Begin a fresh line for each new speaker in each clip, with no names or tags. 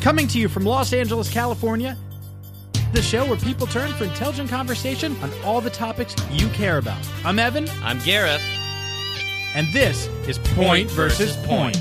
Coming to you from Los Angeles, California, the show where people turn for intelligent conversation on all the topics you care about. I'm Evan,
I'm Gareth.
and this is Point versus Point.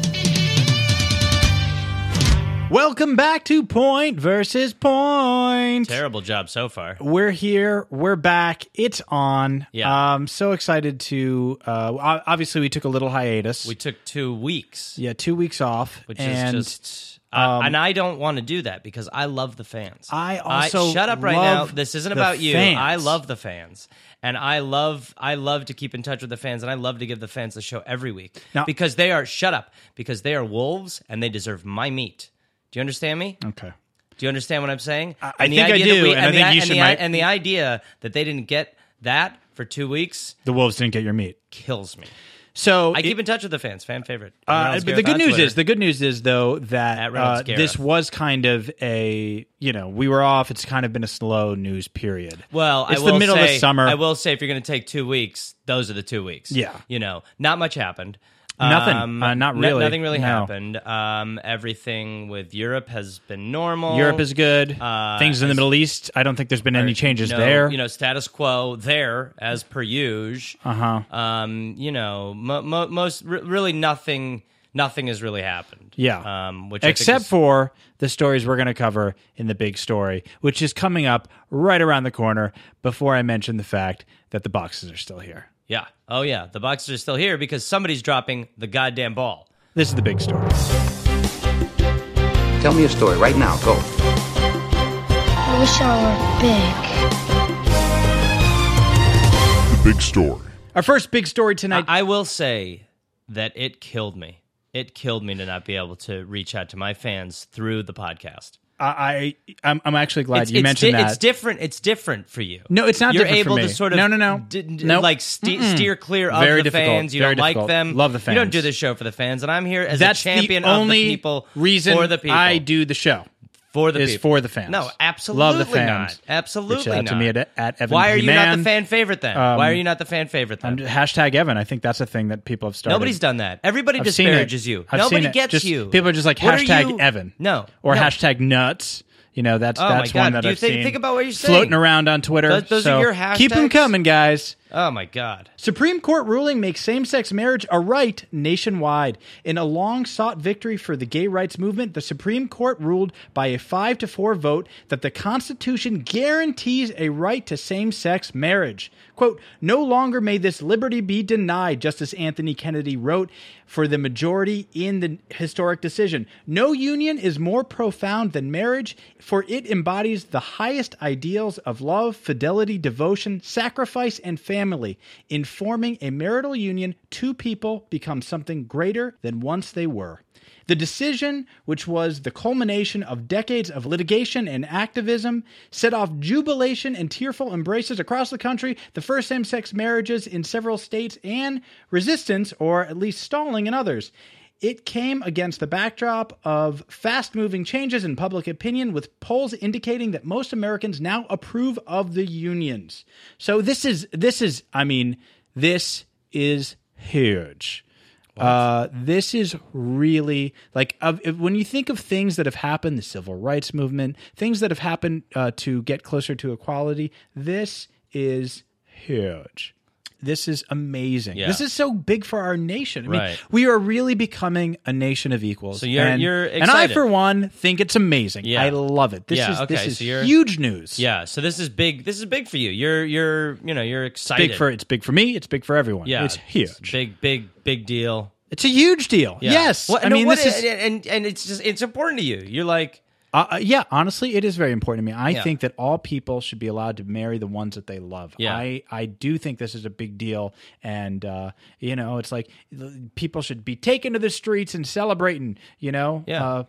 Welcome back to Point versus Point.
Terrible job so far.
We're here. We're back. It's on.
Yeah.
Um, so excited to. Uh, o- obviously, we took a little hiatus.
We took two weeks,
yeah, two weeks off,
which
and um,
is just. I- and I don't want to do that because I love the fans.
I also
shut up right now.
love
This isn't
the
about you.
fans.
I love the fans, and I love I love to keep in touch with the fans, and I love to give the fans the show every week
Now-
because they are shut up because they are wolves and they deserve my meat. Do you understand me?
okay.
Do you understand what I'm saying? I,
I think I do, and I think you should,
And the,
Mike.
and the idea that they didn't get that for two weeks
The wolves didn't get your meat.
kills me.
So
I
it-
keep in touch with the fans, fan favorite.
Uh,
Reynolds
but the
Gareth
good
on
news
Twitter.
is the good news is though
At
that
Reynolds
uh,
Gareth.
this was kind of a you know we were off. It's kind of been a slow news period.
well,
it's
I
the
will
middle of
say-
the summer.
I will say, if you're going to take two weeks, those are the two weeks.
Yeah.
you know, not much happened. Um,
Nothing. Uh, not
no-
really.
nothing really
No.
happened. Um, everything with Europe has been normal.
Europe is good.
Uh,
Things in the
it's-
Middle East. I don't think there's been any changes
no,
there.
You know, status quo there as per usual.
uh huh.
Um, you know, mo- mo- most re- really nothing. Nothing has really happened.
Yeah.
Um, which I think
Except
is-
for the stories we're going to cover in the big story, which is coming up right around the corner. Before I mention the fact that the boxes are still here.
yeah. Oh yeah, the boxers are still here because somebody's dropping the goddamn ball.
This is the big story.
Tell me a story right now. Go.
I wish I were big.
Big story.
Our first big story tonight.
I, I will say that it killed me. It killed me to not be able to reach out to my fans through the podcast.
I, I I'm, I'm actually glad
It's,
you
it's
mentioned
di-
that.
It's different. It's different for you.
No, it's not
You're
different for
able
me.
to sort of
No, no, no.
d- d-
Nope.
like ste- steer clear of
Very
the
difficult.
fans. You
Very
don't
difficult.
like them.
Love the
You don't do
fans.
this show for the fans, and I'm here as
That's
a champion
the only
of the people.
reason
for the people.
I do the show.
for the
is
people.
for the fans.
No, absolutely
Love the fans.
not. Absolutely
Reach out
not.
to me at- at Evan Um,
Why are you not
He-Man.
the fan favorite then? Why are you not the fan favorite then?
Hashtag Evan. I think that's a thing that people have started.
Nobody's done that. Everybody
I've seen it.
disparages you.
I've
Nobody
seen it.
gets
Just-
you.
People are just like
What are
hashtag
you-
Evan.
No,
or
no.
hashtag nuts. You know that's
Oh my
that's
God.
one that
Do you
I've
think-
seen.
think about what you're
floating
saying.
around on Twitter.
Those- those are
So
your
Keep them
hashtags?
coming, guys.
Oh my god.
Supreme Court ruling makes same sex marriage a right nationwide. In a long sought victory for the gay rights movement, the Supreme Court ruled by a 5 to 4 vote that the Constitution guarantees a right to same sex marriage. Quote, no longer may this liberty be denied, Justice Anthony Kennedy wrote for the majority in the historic decision. No union is more profound than marriage, for it embodies the highest ideals of love, fidelity, devotion, sacrifice, and family. In forming a marital union, two people become something greater than once they were. The decision, which was the culmination of decades of litigation and activism, set off jubilation and tearful embraces across the country, the first same sex marriages in several states, and resistance, or at least stalling, in others. It came against the backdrop of fast moving changes in public opinion, with polls indicating that most Americans now approve of the unions. So, this is, this is, I mean, this is huge. Uh, this is really like of, if- when you think of things that have happened, the civil rights movement, things that have happened uh, to get closer to equality. This is huge. This is amazing.
Yeah.
This is so big for our nation. I mean,
Right.
we are really becoming a nation of equals.
So you're-
and,
you're
and I,
excited.
for one, think it's amazing.
Yeah.
I love it. This
Yeah,
is
okay,
this is
so you're-
huge news.
Yeah, so this is big. This is big for you. You're you're you know you're excited.
big for it's big for me. It's big for everyone.
yeah,
it's huge. It's,
Big big big deal.
a huge deal.
Yeah.
Yes,
What-
I
no,
mean
what
this
i-
is
and and it's just it's important to you. You're like
Uh, uh, yeah, honestly, it is very important to me. I
Yeah.
think that all people should be allowed to marry the ones that they love.
Yeah.
I, I do think this is a big deal. And, uh, you know, it's like l- people should be taken to the streets and celebrating, you know?
Yeah.
Uh,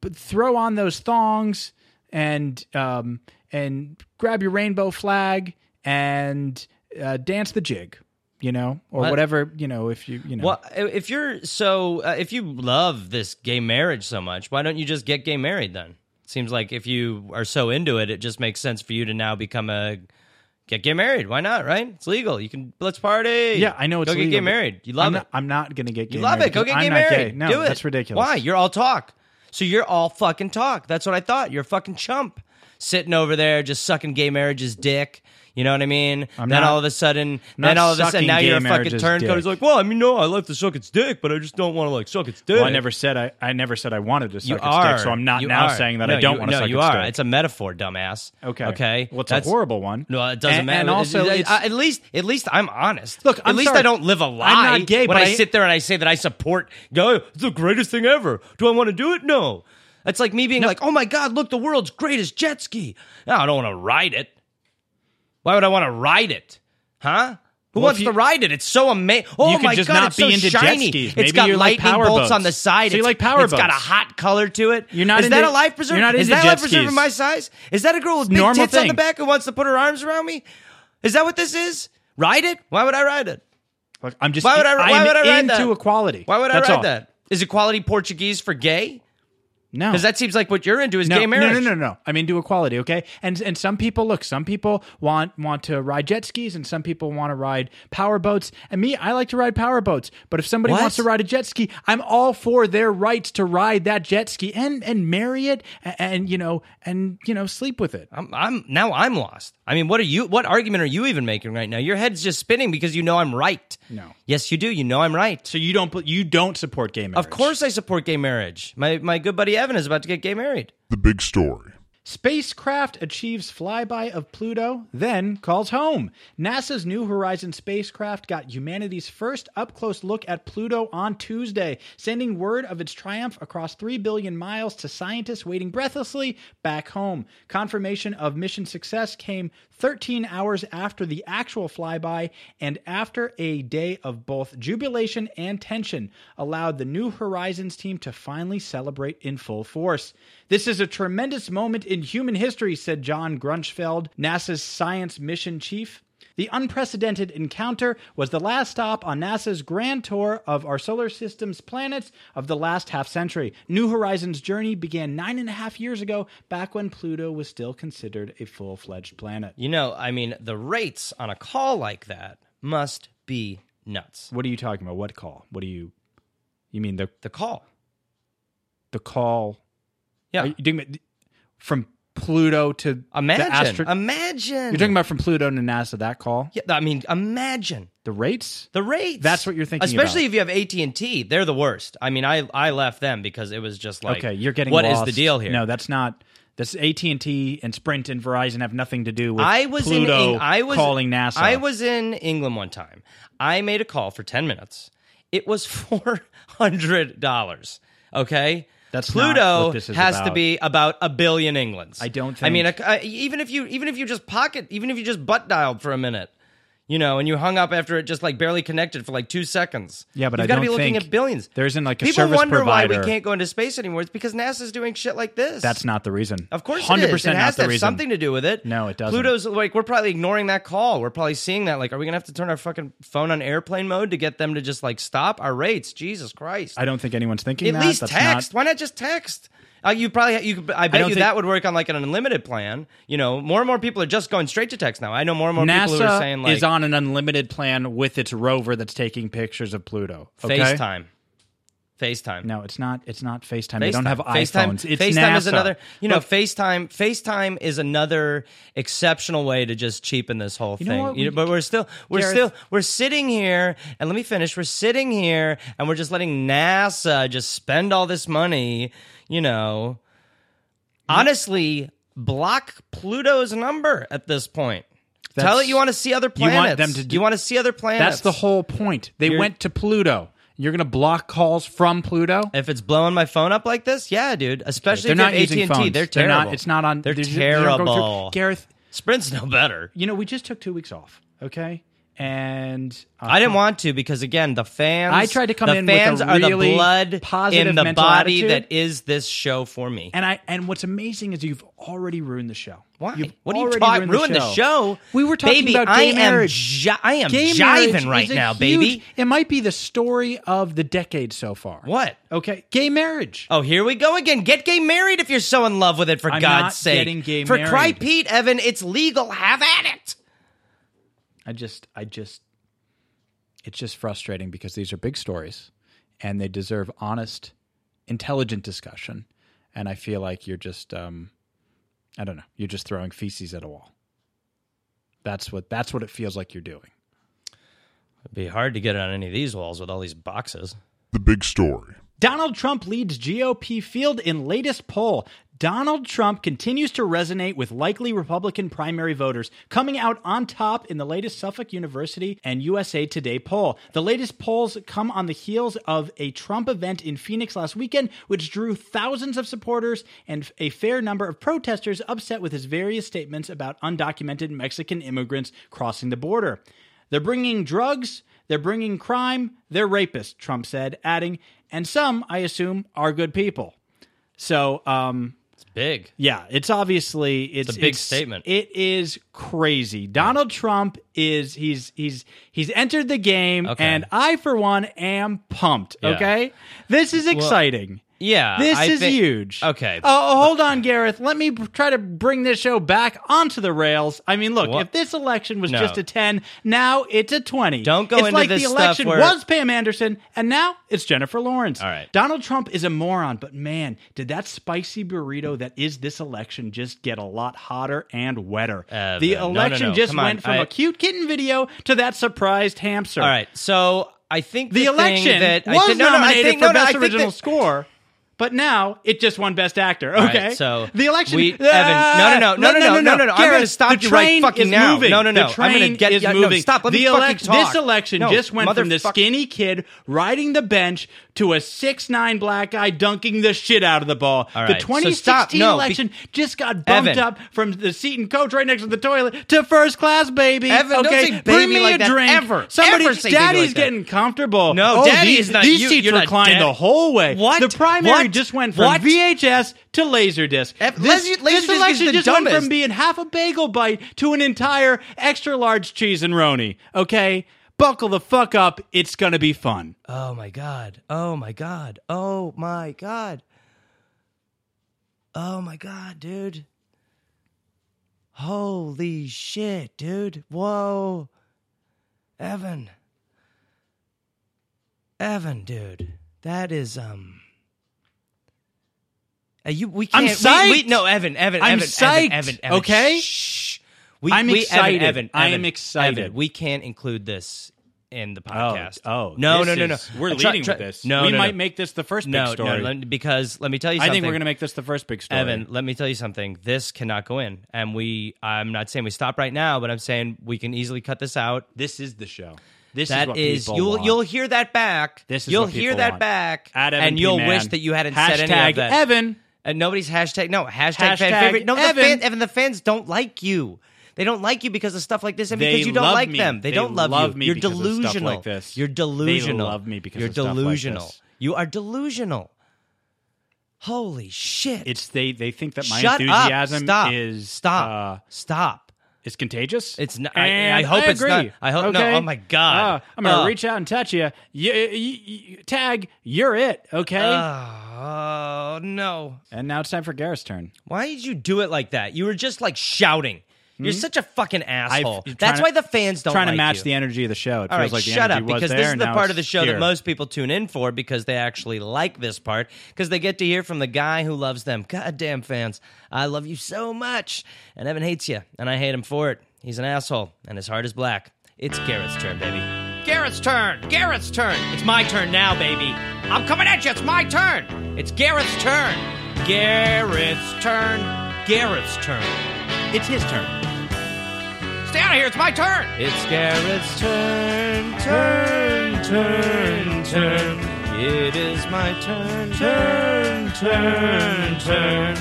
but throw on those thongs and, um, and grab your rainbow flag and uh, dance the jig, you know? Or
What?
whatever, you know, if you, you know.
well, i- if you're so uh, if you love this gay marriage so much, why don't you just get gay married then? Seems like if you are so into it, it just makes sense for you to now become a get gay married. Why not? Right? It's legal. You can let's party.
Yeah, I know it's
go get
legal,
gay
but
married. You love
I'm
it.
Not, I'm not going to get gay
You love
married
it. Go
because
get gay
I'm not
married.
Gay. No,
Do it.
that's ridiculous.
Why? You're all talk. So you're all fucking talk. That's what I thought. You're a fucking chump sitting over there just sucking gay marriage's dick. You know what I mean?
I'm
then
not-
all of a sudden,
not
then all of a sudden,
sucking
now
gay
you're a fucking
marriage's
turncoat.
dick.
He's like, well, I mean, no, I like to suck its dick, but I just don't want to like suck its dick.
Well, I never said I, I never said I wanted to suck
You
its
are.
dick, so I'm not
You
now
are.
saying that
No,
I don't
you,
want to
no,
suck
you
its
are.
dick.
It's a metaphor, dumbass.
okay.
Okay.
Well, it's
That's-
a horrible one.
No, it doesn't
and,
matter.
And also,
It- it-
it's-
I- at least, at least I'm honest.
Look,
at
I'm
least
sorry.
I don't live a
I'm
lie.
not gay, but
when I,
I-
sit there and I say that I support go, it's the greatest thing ever. Do I want to do it? No. It's like me being like, oh my god, look, the world's greatest jet ski. No, I don't want to ride it. Why would I want to ride it? Huh? Who
Well,
wants
if
to
you-
ride it? It's so amazing. Oh
You could
my
just
god,
not
it's so
be into jet
shiny.
skis.
it's
Maybe
got
you like
lightning
power
bolts
boats.
on the side.
So you
It's-
like power
It's got a
boats.
hot color to it.
You're not
Is that
into-
a life preserver?
you're not
Is
into
that a
jet
life preserver
skis.
my size? Is that a girl with big
Normal
tits on the
thing.
back who wants to put her arms around me? Is that what this is? Ride it? Why would I ride it?
look, I'm just.
Why would I? Why
I'm
would I ride
into
that?
equality.
Why would I
That's
ride
all.
that? Is equality Portuguese for gay?
No,
Because that seems like what you're into is
no,
gay marriage.
No, no, no, no. I'm into equality, okay? And and some people look, some people want want to ride jet skis and some people want to ride power boats. And me, I like to ride power boats. But if somebody
What?
wants to ride a jet ski, I'm all for their rights to ride that jet ski and and marry it and, and you know and you know sleep with it.
I'm, I'm now I'm lost. I mean, what are you? What argument are you even making right now? Your head's just spinning because you know I'm right.
No.
Yes, you do. You know I'm right.
So you don't you don't support gay marriage.
Of course, I support gay marriage. My my good buddy Evan is about to get gay married.
The big story.
Spacecraft achieves flyby of Pluto, then calls home. NASA's New Horizons spacecraft got humanity's first up close look at Pluto on Tuesday, sending word of its triumph across 3 billion miles to scientists waiting breathlessly back home. Confirmation of mission success came 13 hours after the actual flyby and after a day of both jubilation and tension allowed the New Horizons team to finally celebrate in full force. This is a tremendous moment in human history, said John Grunschfeld, NASA's science mission chief. The unprecedented encounter was the last stop on NASA's grand tour of our solar system's planets of the last half century. New Horizons' journey began nine and a half years ago, back when Pluto was still considered a full fledged planet.
You know, I mean, the rates on a call like that must be nuts.
What are you talking about? What call? What do you. You mean the,
The call.
the call?
Yeah.
Are you talking about from Pluto to.
imagine.
The astro-
imagine.
you're talking about from Pluto to NASA, that call?
Yeah, I mean, imagine
The rates?
the rates.
That's what you're thinking
Especially
about.
if you have AT and T, they're the worst. I mean, I I left them because it was just like,
okay, you're getting
What is
lost.
the deal here?
No, that's not. This AT and T and Sprint and Verizon have nothing to do with.
I was
Pluto
in Eng- I was
calling NASA.
I was in England one time. I made a call for 10 minutes. It was $400, okay?
That's not
Pluto
what this is
has to
about.
be about a billion Englands.
I don't
I mean,
think-
a- a- even if you even if you just pocket, even if you just butt dialed for a minute, you know, and you hung up after it just like barely connected for like two seconds.
Yeah, but
you've
I
got to
don't
be looking
think
at billions.
there isn't, like, a
people
service
wonder why
provider-
we can't go into space anymore. It's because NASA's doing shit like this.
That's not the reason.
Of course,
hundred
it is. It
percent
has
not
to
the
have
reason.
something to do with it.
No, it doesn't.
Pluto's like we're probably ignoring that call. We're probably seeing that. Like, are we gonna have to turn our fucking phone on airplane mode to get them to just like stop our rates? Jesus Christ!
I don't think anyone's thinking
At
that.
least
That's
text.
Not,
Why not just text? Uh, you probably you. could- I bet you
don't think-
that would work on like an unlimited plan. You know, more and more people are just going straight to text now. I know more and more people who are
NASA
saying like
is on an unlimited plan with its rover that's taking pictures of Pluto. Okay?
FaceTime. FaceTime.
No, it's not. It's not FaceTime. They don't have
FaceTime.
iPhones. It's
FaceTime is
NASA.
another. You know, FaceTime. FaceTime is another exceptional way to just cheapen this whole
know
thing.
what?
You know, but we're still, we're
Gareth-
still, we're sitting here, and let me finish. We're sitting here, and we're just letting NASA just spend all this money. You know, honestly, block Pluto's number at this point. Tell
That's-
it you want to see other
you want
planets.
them to do-
you want to see other planets.
That's the whole point. They
You're-
went to Pluto. You're going to block calls from Pluto.
If it's blowing my phone up like this, yeah, dude. Especially
They're not
if
using
you have AT and T,
phones.
they're
They're
terrible.
not- it's not on.
They're
these- these aren't going through-
terrible.
Gareth,
Sprint's no better.
you know, we just took two weeks off. Okay, and uh,
I didn't want to because again, the fans.
I tried to come
the
in with a
fans are the
really
blood
positive
in the
mental
body
attitude.
that is this show for me.
And I and what's amazing is you've already ruined the show.
Why?
You've
what are you
already
talking? Ruined the show.
We were talking
baby,
about
I
gay
am
marriage.
ji- I am
gay marriage
jiving right
is a
now,
huge-
baby.
It might be the story of the decade so far.
What?
Okay, gay marriage.
Oh, here we go again. Get gay married if you're so in love with it. For
I'm
God's
not
sake,
getting gay
for
married.
cry Pete, Evan, it's legal. Have at it.
I just, I just, it's just frustrating because these are big stories, and they deserve honest, intelligent discussion. and I feel like you're just um, I don't know, you're just throwing feces at a wall. That's what that's what it feels like you're doing.
It'd be hard to get on any of these walls with all these boxes.
The big story.
Donald Trump leads GOP field in latest poll. Donald Trump continues to resonate with likely Republican primary voters, coming out on top in the latest Suffolk University and USA Today poll. The latest polls come on the heels of a Trump event in Phoenix last weekend, which drew thousands of supporters and a fair number of protesters upset with his various statements about undocumented Mexican immigrants crossing the border. They're bringing drugs, they're bringing crime, they're rapists, Trump said, adding, and some, I assume, are good people. So, um,
It's big.
yeah, it's obviously it's,
a big
it's-
statement.
It is crazy. Donald Trump is he's he's he's entered the game,
Okay.
and I for one am pumped.
Yeah.
Okay, this is exciting.
Yeah,
this
I
is
think-
huge.
Okay.
Oh, hold on, Gareth. Let me b- try to bring this show back onto the rails. I mean, look,
What?
if this election was
No.
just a ten, now it's a twenty.
Don't go
It's
into
like
this
the
stuff
election
where-
was Pam Anderson, and now it's Jennifer Lawrence.
All right.
Donald Trump is a moron, but man, did that spicy burrito that is this election just get a lot hotter and wetter?
Uh,
the
no, no,
election
no.
just
Come on.
went from a
I-
cute kitten video to that surprised hamster.
All right. So I think
The
the, thing
election
that
was
I think, no, no, I
nominated
think,
for
no, no, I
best
think
original
that-
score, but now it just won best actor. Okay,
right, so
the election.
we, Evan,
Ah!
no, no, no, no, no, no, no, no, no. I'm
Garrett,
gonna stop
the
you right
train
fucking
is
now.
Moving.
No, no, no.
The
I'm
train
gonna get-
is
yeah, no,
moving.
stop. Let
the
me fucking talk.
This election
No,
just went from the
motherfuck-
skinny kid riding the bench to a six nine black guy dunking the shit out of the ball.
All
the
right, so
2016
stop. No, be-
election just got bumped
Evan.
up from the seat and coach right next to the toilet to first class, baby.
Evan, don't
okay,
say baby
bring me
like
a
that
drink.
ever.
Somebody,
Ever say baby
daddy's
like that.
getting comfortable.
No,
oh,
daddy
these,
is not
these
you.
seats
You're not
reclined
daddy.
the whole way.
What?
The primary
What?
just went from
What?
VHS to Laserdisc.
F-
this,
Laserdisc
this
is
election
the
just went
dumbest.
from being half a bagel bite to an entire extra large cheese and roni. Okay, buckle the fuck up. It's gonna be fun.
Oh my god. Oh my god. Oh my god. Oh my god, dude. Holy shit, dude. Whoa. Evan. Evan, dude. That is um Uh, you, we
I'm
can't. we- we-
psyched.
no, Evan, Evan,
I'm
Evan,
psyched,
Evan, Evan, Evan,
okay?
Shh. We,
I'm
we,
excited.
Evan, Evan,
I am
Evan,
excited.
Evan, we can't include this in the podcast.
Oh, oh,
no, no,
this
no, no.
is- We're
I try-
leading
try-
with this.
No,
we
no,
might
no.
make this the first
no,
big story.
no. let me- because let me tell you
I
something.
think we're gonna make this the first big story.
Evan, let me tell you something. This cannot go in, and we. I'm not saying we stop right now, but I'm saying we can easily cut this out.
this is the show. This
That
what
is,
people
you'll
want.
you'll hear that back.
This is
you'll
what
hear
people
that
want.
back,
At Evan
and
P.
you'll
Man.
wish that you hadn't said any
Hashtag
of that.
Evan.
and nobody's hashtag no hashtag, fan
Hashtag
favorite. No, the
Evan.
fan, Evan, the fans don't like you. They don't like you because of stuff like this, and
They
because you don't
love
like
me.
them. They,
They
don't love,
love
you.
me
You're
because of stuff
delusional.
like this.
You're
They
delusional.
love me because
you're
of stuff like
delusional.
this.
You are delusional. Holy shit!
It's they they think that my
Shut
enthusiasm
up. Stop.
is
stop
uh,
stop.
is contagious.
It's not- I-
And
I hope it's
agree.
not- I hope- no,
Okay?
oh my God.
Uh, I'm gonna
Uh.
reach out and touch you. You, you, Tag, you're it. Okay.
Uh. Oh no!
and now it's time for Gareth's turn.
Why did you do it like that? You were just like shouting. You're
Hmm?
such a fucking asshole.
you're trying
That's
to-
why the fans don't
Trying
like
to match
you.
the energy of the show. It
All
feels
right,
like the
shut
energy
up
was
because
there,
this is
and
the
now
part of
it's
the show
here.
that most people tune in for because they actually like this part because they get to hear from the guy who loves them. Goddamn fans, I love you so much, and Evan hates you, and I hate him for it. He's an asshole, and his heart is black. It's Garrett's turn, baby. Garrett's turn. Garrett's turn. It's my turn now, baby. I'm coming at you. It's my turn. It's Garrett's turn. Garrett's turn. Garrett's turn.
It's his turn.
Stay out of here. It's my turn. It's Garrett's turn. Turn, turn, turn. It is my turn. Turn, turn, turn.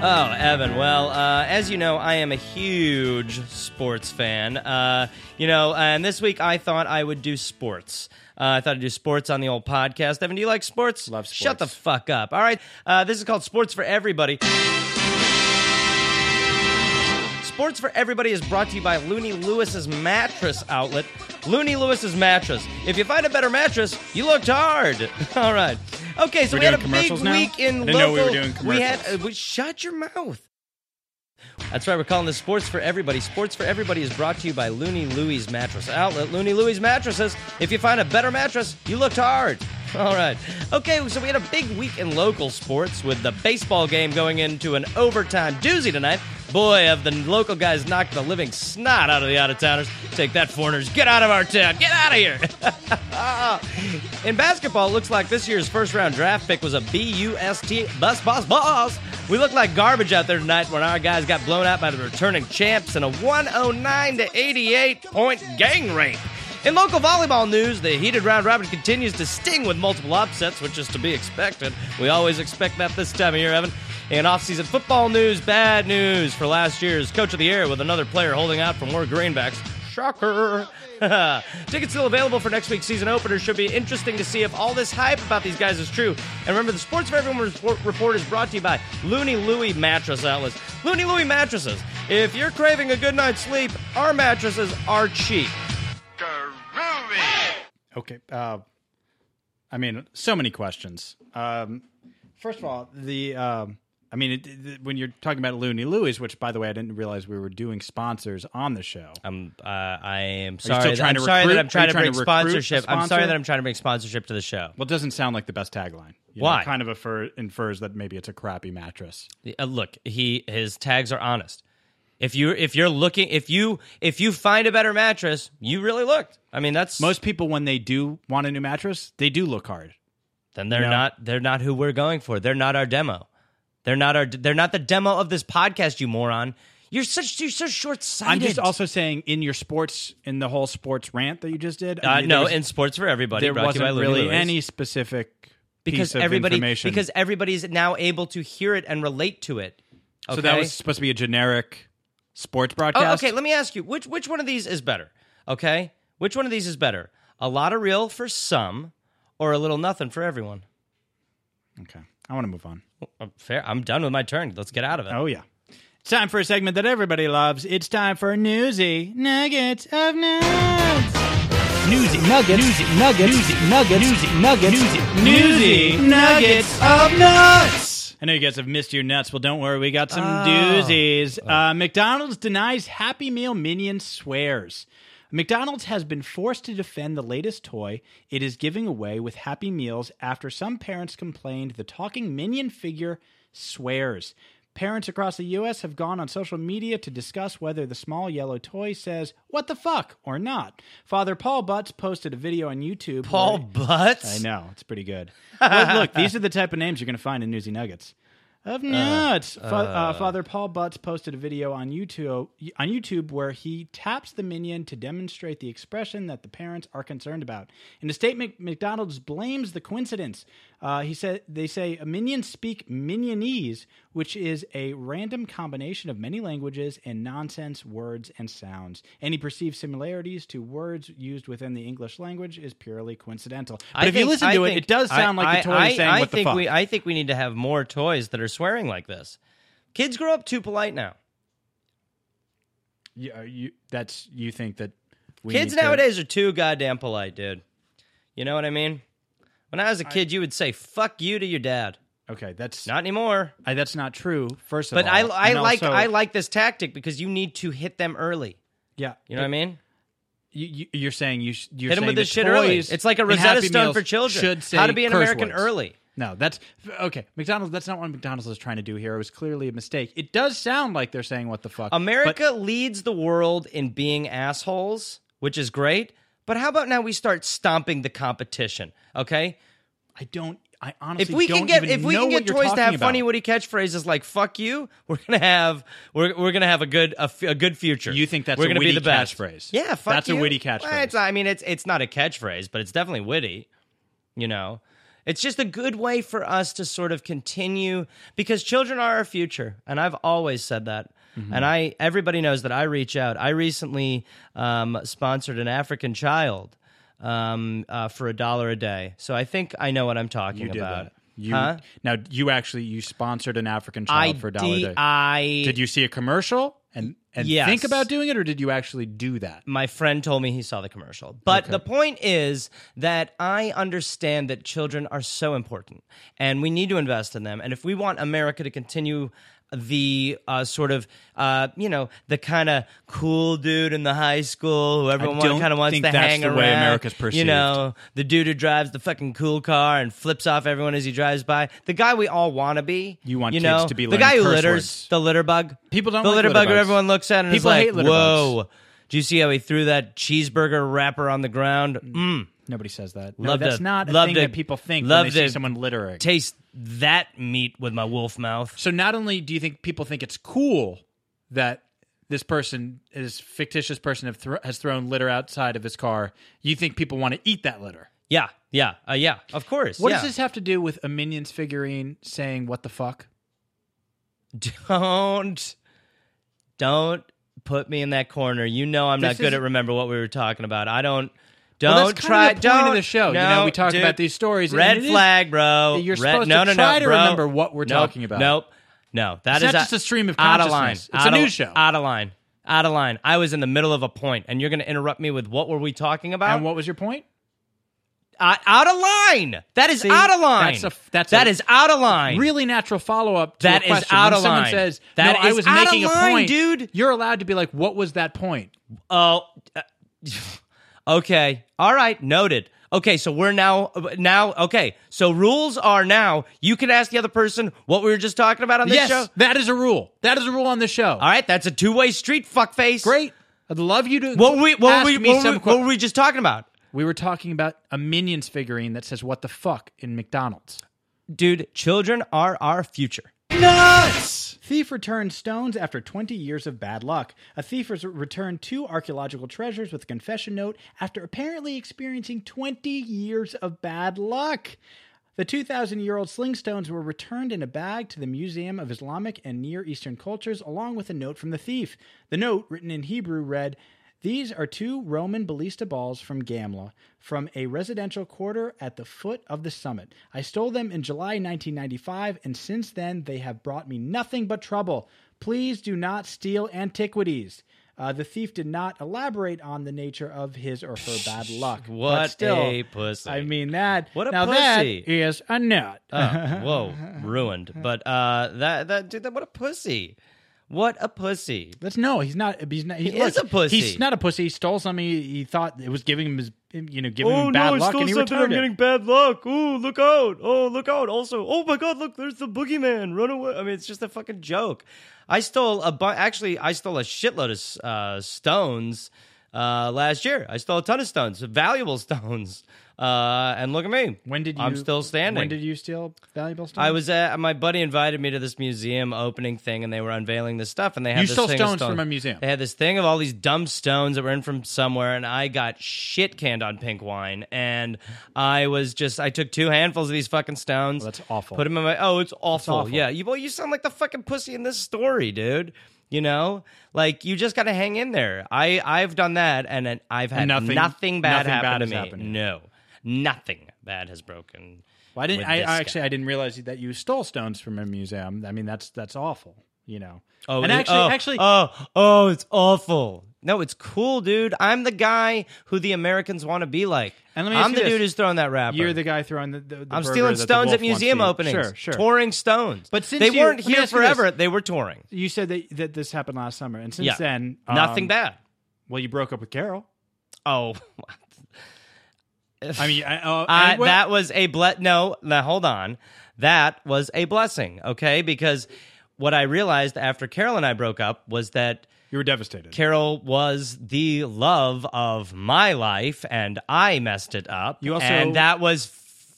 Oh, Evan. Well, uh, as you know, I am a huge sports fan. Uh, you know, and this week I thought I would do sports. Uh, I thought I'd do sports on the old podcast. Evan, do you like sports?
Love sports.
Shut the fuck up. All right. Uh, this is called Sports for Everybody. Sports for Everybody is brought to you by Looney Lewis's mattress outlet. Looney Lewis's mattress. If you find a better mattress, you looked hard. All right. Okay, so
We're
we had a
doing
big
commercials now?
week in
I didn't know
local.
we were doing
we had
commercials.
uh, we, shut your mouth. That's right, we're calling this Sports for Everybody. Sports for Everybody is brought to you by Looney Louie's Mattress Outlet. Looney Louie's Mattresses. If you find a better mattress, you looked hard. All right. Okay, so we had a big week in local sports with the baseball game going into an overtime doozy tonight. Boy, have the local guys knocked the living snot out of the out of towners. Take that, foreigners. Get out of our town. Get out of here. in basketball, it looks like this year's first round draft pick was a BUST bus boss boss. We look like garbage out there tonight when our guys got blown out by the returning champs in a 109 to 88 point gang rape. In local volleyball news, the heated round robin continues to sting with multiple upsets, which is to be expected. We always expect that this time of year, Evan. In off-season football news, bad news for last year's coach of the year with another player holding out for more greenbacks. Shocker. Tickets still available for next week's season opener. Should be interesting to see if all this hype about these guys is true. And remember, the Sports for Everyone report, report is brought to you by Looney Louie Mattress Outlets. Looney Louie Mattresses. If you're craving a good night's sleep, our mattresses are cheap.
Okay. Uh, I mean, so many questions. Um, first of all, the um, I mean, it, it- when you're talking about Looney Louis, which by the way, I didn't realize we were doing sponsors on the show.
I'm uh, I am
still
sorry. That,
trying
I'm
to
sorry
recruit?
that I'm
Are
trying
you trying
to
to
bring
recruit a
sponsorship. I'm sorry
sponsor?
that I'm trying to bring sponsorship to the show.
Well, it doesn't sound like the best tagline. You know,
Why?
it kind of infer- infers that maybe it's a crappy mattress.
Uh, look, he his tags are honest. If you if you're looking if you if you find a better mattress, you really looked. I mean, that's
Most people, when they do want a new mattress, they do look hard.
Then they're
No.
not they're not who we're going for. They're not our demo. They're not our they're not the demo of this podcast. You moron. You're such you're so short sighted.
I'm just also saying in your sports, in the whole sports rant that you just did. I
uh,
mean,
no
there was-
in sports for everybody.
there
brought to you by
wasn't
Looney
really
Louis.
any specific
because
piece of
everybody
information.
because everybody's now able to hear it and relate to it. Okay?
So that was supposed to be a generic sports
Oh,
broadcast.
okay, let me ask you which which one of these is better? Okay, which one of these is better? A lot of real for some, or a little nothing for everyone?
okay. I want to move on.
Uh, Fair. I'm done with my turn. Let's get out of it.
Oh yeah. It's time for a segment that everybody loves. It's time for Newsy Nuggets of Nuts.
Newsy nuggets. Newsy nuggets. Newsy nuggets. Newsy nuggets. Newsy
Newsy Nuggets of Nuts. Oh. I know you guys have missed your nuts. Well, don't worry. We got some doozies. Uh, McDonald's denies Happy Meal minion swears. McDonald's has been forced to defend the latest toy it is giving away with Happy Meals after some parents complained the talking minion figure swears. Parents across the U.S. have gone on social media to discuss whether the small yellow toy says, What the fuck, or not. Father Paul Butts posted a video on YouTube.
Paul
where- I
Butts.
know it's pretty good. well, look, these are the type of names you're going to find in Newsy Nuggets. Of nuts, Fa- uh, Father Paul Butts posted a video on YouTube on YouTube where he taps the minion to demonstrate the expression that the parents are concerned about. In a statement, McDonald's blames the coincidence. Uh, he said they say minions speak minionese, which is a random combination of many languages and nonsense words and sounds. Any perceived similarities to words used within the English language is purely coincidental. But
I
if
think-
you listen
I
to it,
think-
it does sound
I-
like the
I-
toy
I-
is saying
I
what the
think
fuck.
We, I think we need to have more toys that are swearing like this. Kids grow up too polite now.
you, uh, you- that's you think that we
Kids
need to-
nowadays are too goddamn polite, dude. You know what I mean? When I was a kid, you would say "fuck you" to your dad.
okay, that's not
Not anymore.
I, that's not true. First of
But
all,
I, I
And
like
also-
I like this tactic because you need to hit them early.
yeah.
You know what I mean?
You, you, are saying you sh- you're
Hit them
saying
with
the
this shit early.
toys
It's like a
in
Rosetta
Happy
Stone
Meals
for children.
Should say
How to be an
curse
American
words.
early.
No, that's okay. McDonald's. That's not what McDonald's is trying to do here. It was clearly a mistake. It does sound like they're saying what the fuck. but-
America leads the world in being assholes, which is great. But how about now we start stomping the competition? Okay,
I don't. I
if
honestly
we
don't
can get
even
if we
know
can
what
get
you're
toys to
talking
have
about.
funny witty catchphrases like "fuck you," we're gonna have we're, we're gonna have a good a, f- a good future.
You think that's
we're
a
gonna be
witty
the best.
catchphrase?
Yeah, fuck
That's a
you.
witty
Well,
catchphrase.
it's- I mean, it's it's not a catchphrase, but it's definitely witty. You know, it's just a good way for us to sort of continue because children are our future, and I've always said that.
Mm-hmm.
And I, everybody knows that I reach out. I recently um, sponsored an African child um, uh, for a dollar a day, so I think I know what I'm talking
You did
about.
that. You
Huh?
now you actually you sponsored an African child for a dollar a day.
I-
Did you see a commercial and and
Yes.
think about doing it, or did you actually do that?
my friend told me he saw the commercial. But the point is that I understand that children are so important and we need to invest in them. And if we want America to continue the uh, sort of uh, you know the kind of cool dude in the high school who everyone
don't
kind of wants
think
to
that's
hang
the
around.
way America's
You
perceived.
know, the dude who drives the fucking cool car and flips off everyone as he drives by. The guy we all want to be.
You want
you
kids
know,
to be
the guy
learning
who
curse
litters,
words.
the litter bug.
People don't
the
like
litter
litter
bug who
bugs.
everyone looks at and
People
is like,
hate litter
"Whoa." Do you see how he threw that cheeseburger wrapper on the ground? Mm,
Nobody says that. No,
Love
that's
to-
not a
love
thing
to-
that people think
love
when they
to
see someone littering.
taste that meat with my wolf mouth.
So not only do you think people think it's cool that this person, this fictitious person, have thro- has thrown litter outside of his car, you think people want to eat that litter.
Yeah, yeah, uh, yeah. Of course.
What
yeah.
does this have to do with a Minions figurine saying "What the fuck"?
don't don't put me in that corner. You know I'm
This
not good
is-
at remember what we were talking about. I don't don't
Well, that's
try
kind of the point of
don't
the show. You know,
no,
we talk
dude.
about these stories, and
Red
it is-
flag, bro.
You're
Red-
supposed
no,
to
no,
try
no,
to
bro.
remember what we're
Nope,
talking about.
Nope. No, that
It's
is
not just a stream of
out of line.
consciousness. It's a
out of,
news show.
Out of line. Out of line. I was in the middle of a point, and you're going to interrupt me with what were we talking about?
And what was your point?
Uh, out of line. That is
See,
out of line.
that's a f- that's
That
a-
is out of line.
Really natural follow up.
That
a
is
question.
out
When
of
someone
line.
Says
That
no, I
is
was
out of
making
line,
a point,
dude.
You're allowed to be like, "What was that point?"
Oh, uh, okay. All right. Noted. Okay, so we're now now okay. So rules are now you can ask the other person what we were just talking about on this
yes,
show.
that is a rule. That is a rule on the show.
All right, that's a two way street. Fuckface.
Great. I'd love you to
What were we what
ask
were we,
me
what, were
some
we,
que-
what were we just talking about,
We were talking about a Minions figurine that says "What the fuck" in McDonald's.
dude? Children are our future.
Thief returns stones after 20 years of bad luck. A thief has returned two archaeological treasures with a confession note after apparently experiencing 20 years of bad luck. The 2,000 year old sling stones were returned in a bag to the Museum of Islamic and Near Eastern Cultures, along with a note from the thief. The note, written in Hebrew, read These are two Roman ballista balls from Gamla, from a residential quarter at the foot of the summit. I stole them in July 1995, and since then they have brought me nothing but trouble. Please do not steal antiquities. Uh, the thief did not elaborate on the nature of his or her bad luck. but
What
still,
a pussy.
I mean that.
What a
now that
pussy.
is a nut.
Oh, whoa, ruined. But uh, that that dude, that, what a pussy. What a pussy.
That's no. He's not. He's not. He's,
He is
look,
a pussy.
He's not a pussy. He stole something. He, he thought it was giving him his, you know, giving
Oh,
him bad luck, and he returned it.
bad luck. Oh, look out. Oh, look out. Also, oh my God, look, there's the boogeyman. Run away. I mean, it's just a fucking joke. I stole a bunch. Actually, I stole a shitload of uh, stones uh, last year. I stole a ton of stones, valuable stones. Uh, and look at me.
When did you?
I'm still standing.
When did you steal valuable stones?
I was at my buddy invited me to this museum opening thing, and they were unvailing this stuff, and they had
You
this
stole
thing of
stones from a museum.
They had this thing of all these dumb stones that were in from somewhere, and I got shit canned on pink wine, and I was just I took two handfuls of these fucking stones.
Well, that's awful.
Put them in my oh, it's awful.
awful.
Yeah, you well, you sound like the fucking pussy in this story, dude. You know, like you just got to hang in there. I I've done that, and then I've had
And nothing-
bad
nothing
happen
bad
to
has
me.
happened.
No, nothing bad has broken.
Well, I didn't.
with
I,
this
I
guy.
actually. I didn't realize that you stole stones from a museum. I mean, that's that's awful. You know.
Oh,
and
it-
actually,
oh,
actually,
oh, oh, it's awful. No, it's cool, dude. I'm the guy who the Americans want to be like.
And let me ask
I'm
you
the
this.
dude who's throwing that rapper.
you're the guy throwing the. the, the
I'm
burger
stealing
that the
stones at
wolf wants to
museum
eat.
openings.
Sure, sure.
Touring stones.
But since
they
you-
weren't
let me
here
ask you this.
forever, they were touring.
you said that, that this happened last summer, and since
Yeah.
then,
Nothing
um,
bad.
Well, you broke up with Carol.
Oh,
I mean, I, oh,
I,
and what-
that was a ble- no. Now hold on, that was a blessing. Okay, because what I realized after Carol and I broke up was that
you were devastated.
Carol was the love of my life, and I messed it up.
You also-
and that was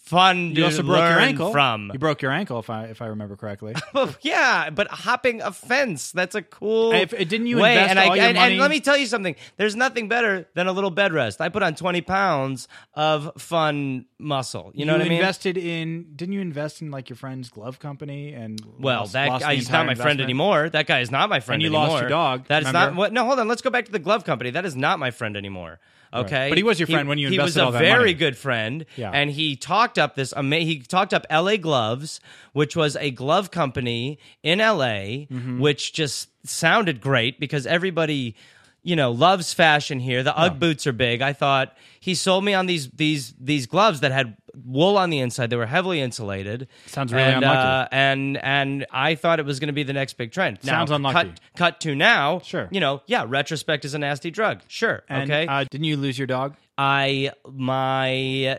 fun to
you also broke your
learn
ankle
from.
You broke your ankle, if I if I remember correctly.
yeah, but hopping a fence—that's a cool.
If- uh, didn't you
way.
invest
and
all
I,
your
and,
money-
and let me tell you something. There's nothing better than a little bed rest. I put on 20 pounds of fun muscle. You know what I mean?
invested in. Didn't you invest in like your friend's glove company and?
Well,
lost,
that
lost
guy,
the
he's
entire
not my friend
investment?
anymore. That guy is not my friend
And you
anymore.
lost your dog,
That is not
remember?
what. No, hold on. Let's go back to the glove company. That is not my friend anymore. Okay,
But he was your friend when you invested
He was a
all that
very
money.
good friend,
Yeah.
and he talked up this. ama- He talked up L.A. Gloves, which was a glove
Mm-hmm.
company in L.A., which just sounded great because everybody you know, loves fashion here. The UGG boots are big. I thought he sold me on these these these gloves that had wool on the inside. They were heavily insulated.
Sounds really
and,
unlucky.
Uh, and and I thought it was going to be the next big trend.
Sounds unlucky.
Cut, cut to now.
Sure.
You know, yeah. Retrospect is a nasty drug. Sure.
And,
okay.
Uh, didn't you lose your dog?
I my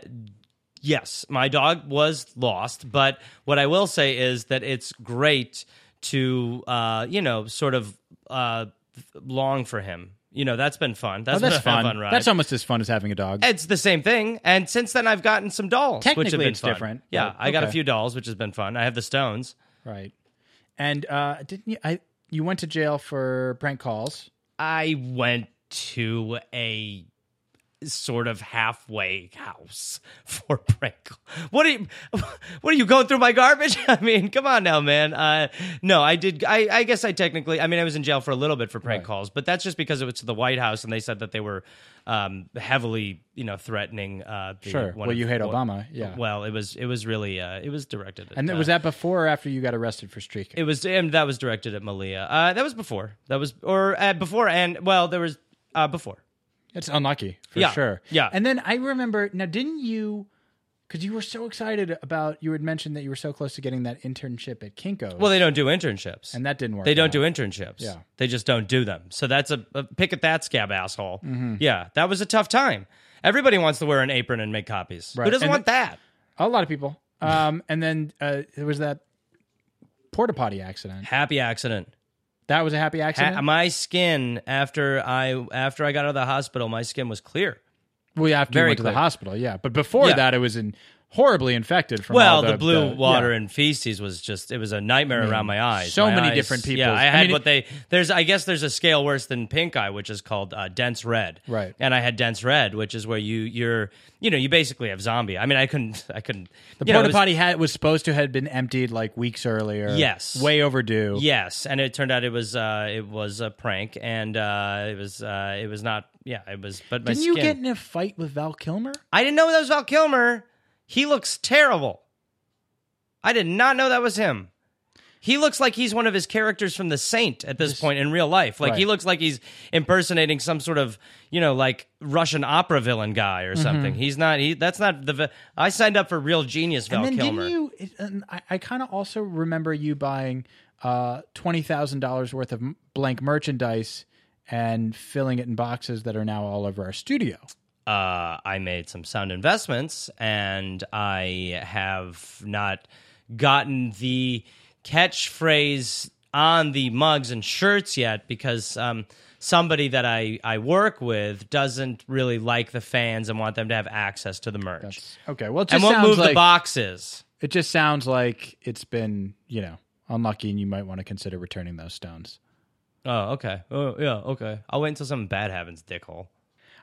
yes, my dog was lost, but what I will say is that it's great to uh, you know sort of uh, long for him. You know that's been fun. That's,
Oh, that's
been a
fun.
fun ride.
That's almost as fun as having a dog.
it's the same thing, and since then I've gotten some dolls. which have
Technically,
been
it's
fun.
different,
Yeah,
but
I got a
okay.
few dolls, which has been fun. I have the stones.
Right. And uh, didn't you? I you went to jail for prank calls.
I went to a sort of halfway house for Prinkle. What are you what are you going through my garbage? I mean, come on now, man. Uh no, I did I, I guess I technically I mean I was in jail for a little bit for prank calls, but that's just because it was to the White House and they said that they were um heavily, you know, threatening uh the,
Sure.
one
Well,
of-
you hate
one-
Obama, yeah.
Well, it was it was really uh it was directed at
And
uh,
was that before or after you got arrested for streaking?
it was, and that was directed at Malia. Uh, that was before. That was, or uh, before, and well, there was uh, before.
It's unlucky for
Yeah,
sure.
yeah.
And then I remember now, didn't you? Because you were so excited about you had mentioned that you were so close to getting that internship at Kinko's.
Well, they don't do internships,
and that didn't work.
they don't
out.
do internships.
Yeah.
they just don't do them. So that's a, a pick at that scab asshole.
Mm-hmm.
Yeah, that was a tough time. Everybody wants to wear an apron and make copies.
Right.
Who doesn't
And
want that?
a lot of people. Um, and then uh, there was that porta potty accident.
Happy accident.
That was a happy accident.
Ha- my skin after I after I got out of the hospital, my skin was clear.
well, yeah, after you
very
went to the
clear.
hospital, yeah. But before
Yeah.
that, it was in horribly infected from
Well,
all
the, blue
yeah. Mm.
water and feces was just it was a nightmare around my eyes.
so
My
many
eyes-
different people's-
Yeah, I
I
had
mean,
what
it-
they there's I guess there's a scale worse than pink eye, which is called uh, dense red.
Right.
And I had dense red, which is where you you're you know you basically have zombie. I mean, I couldn't I couldn't
The
you know, it
porta
was-
potty had was supposed to have been emptied like weeks earlier.
Yes.
way overdue.
Yes, and it turned out it was uh, it was a prank, and uh, it was uh, it was not. Yeah, it was. But my
Didn't
skin.
you get in a fight with Val Kilmer?
I didn't know that was Val Kilmer. He looks terrible. I did not know that was him. He looks like he's one of his characters from The Saint at this point in real life. Like he
Right.
looks like he's impersonating some sort of, you know, like Russian opera villain guy
Mm-hmm.
or something. He's not. He that's not the. vi- I signed up for real genius Val
and then
Kilmer.
didn't you? it- And I, I kind of also remember you buying uh, twenty thousand dollars worth of m- blank merchandise and filling it in boxes that are now all over our studio.
uh, I made some sound investments and I have not gotten the catchphrase on the mugs and shirts yet because um, somebody that I, I work with doesn't really like the fans and want them to have access to the merch.
Okay, well, it just
and won't
sounds
move
like
the boxes.
it just sounds like it's been you know unlucky, and you might want to consider returning those stones.
Oh, okay. Oh, yeah, okay. I'll wait until something bad happens, dickhole.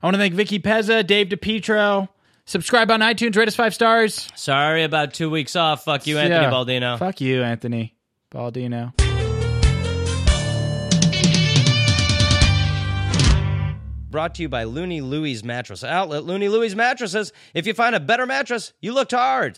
I want to thank Vicky Pezza, Dave DePietro. Subscribe on iTunes, rate us five stars.
Sorry about two weeks off. Fuck you, Anthony
Yeah.
Baldino.
Fuck you, Anthony Baldino.
brought to you by Looney Louie's Mattress Outlet. Looney Louie's Mattresses. If you find a better mattress, you looked hard.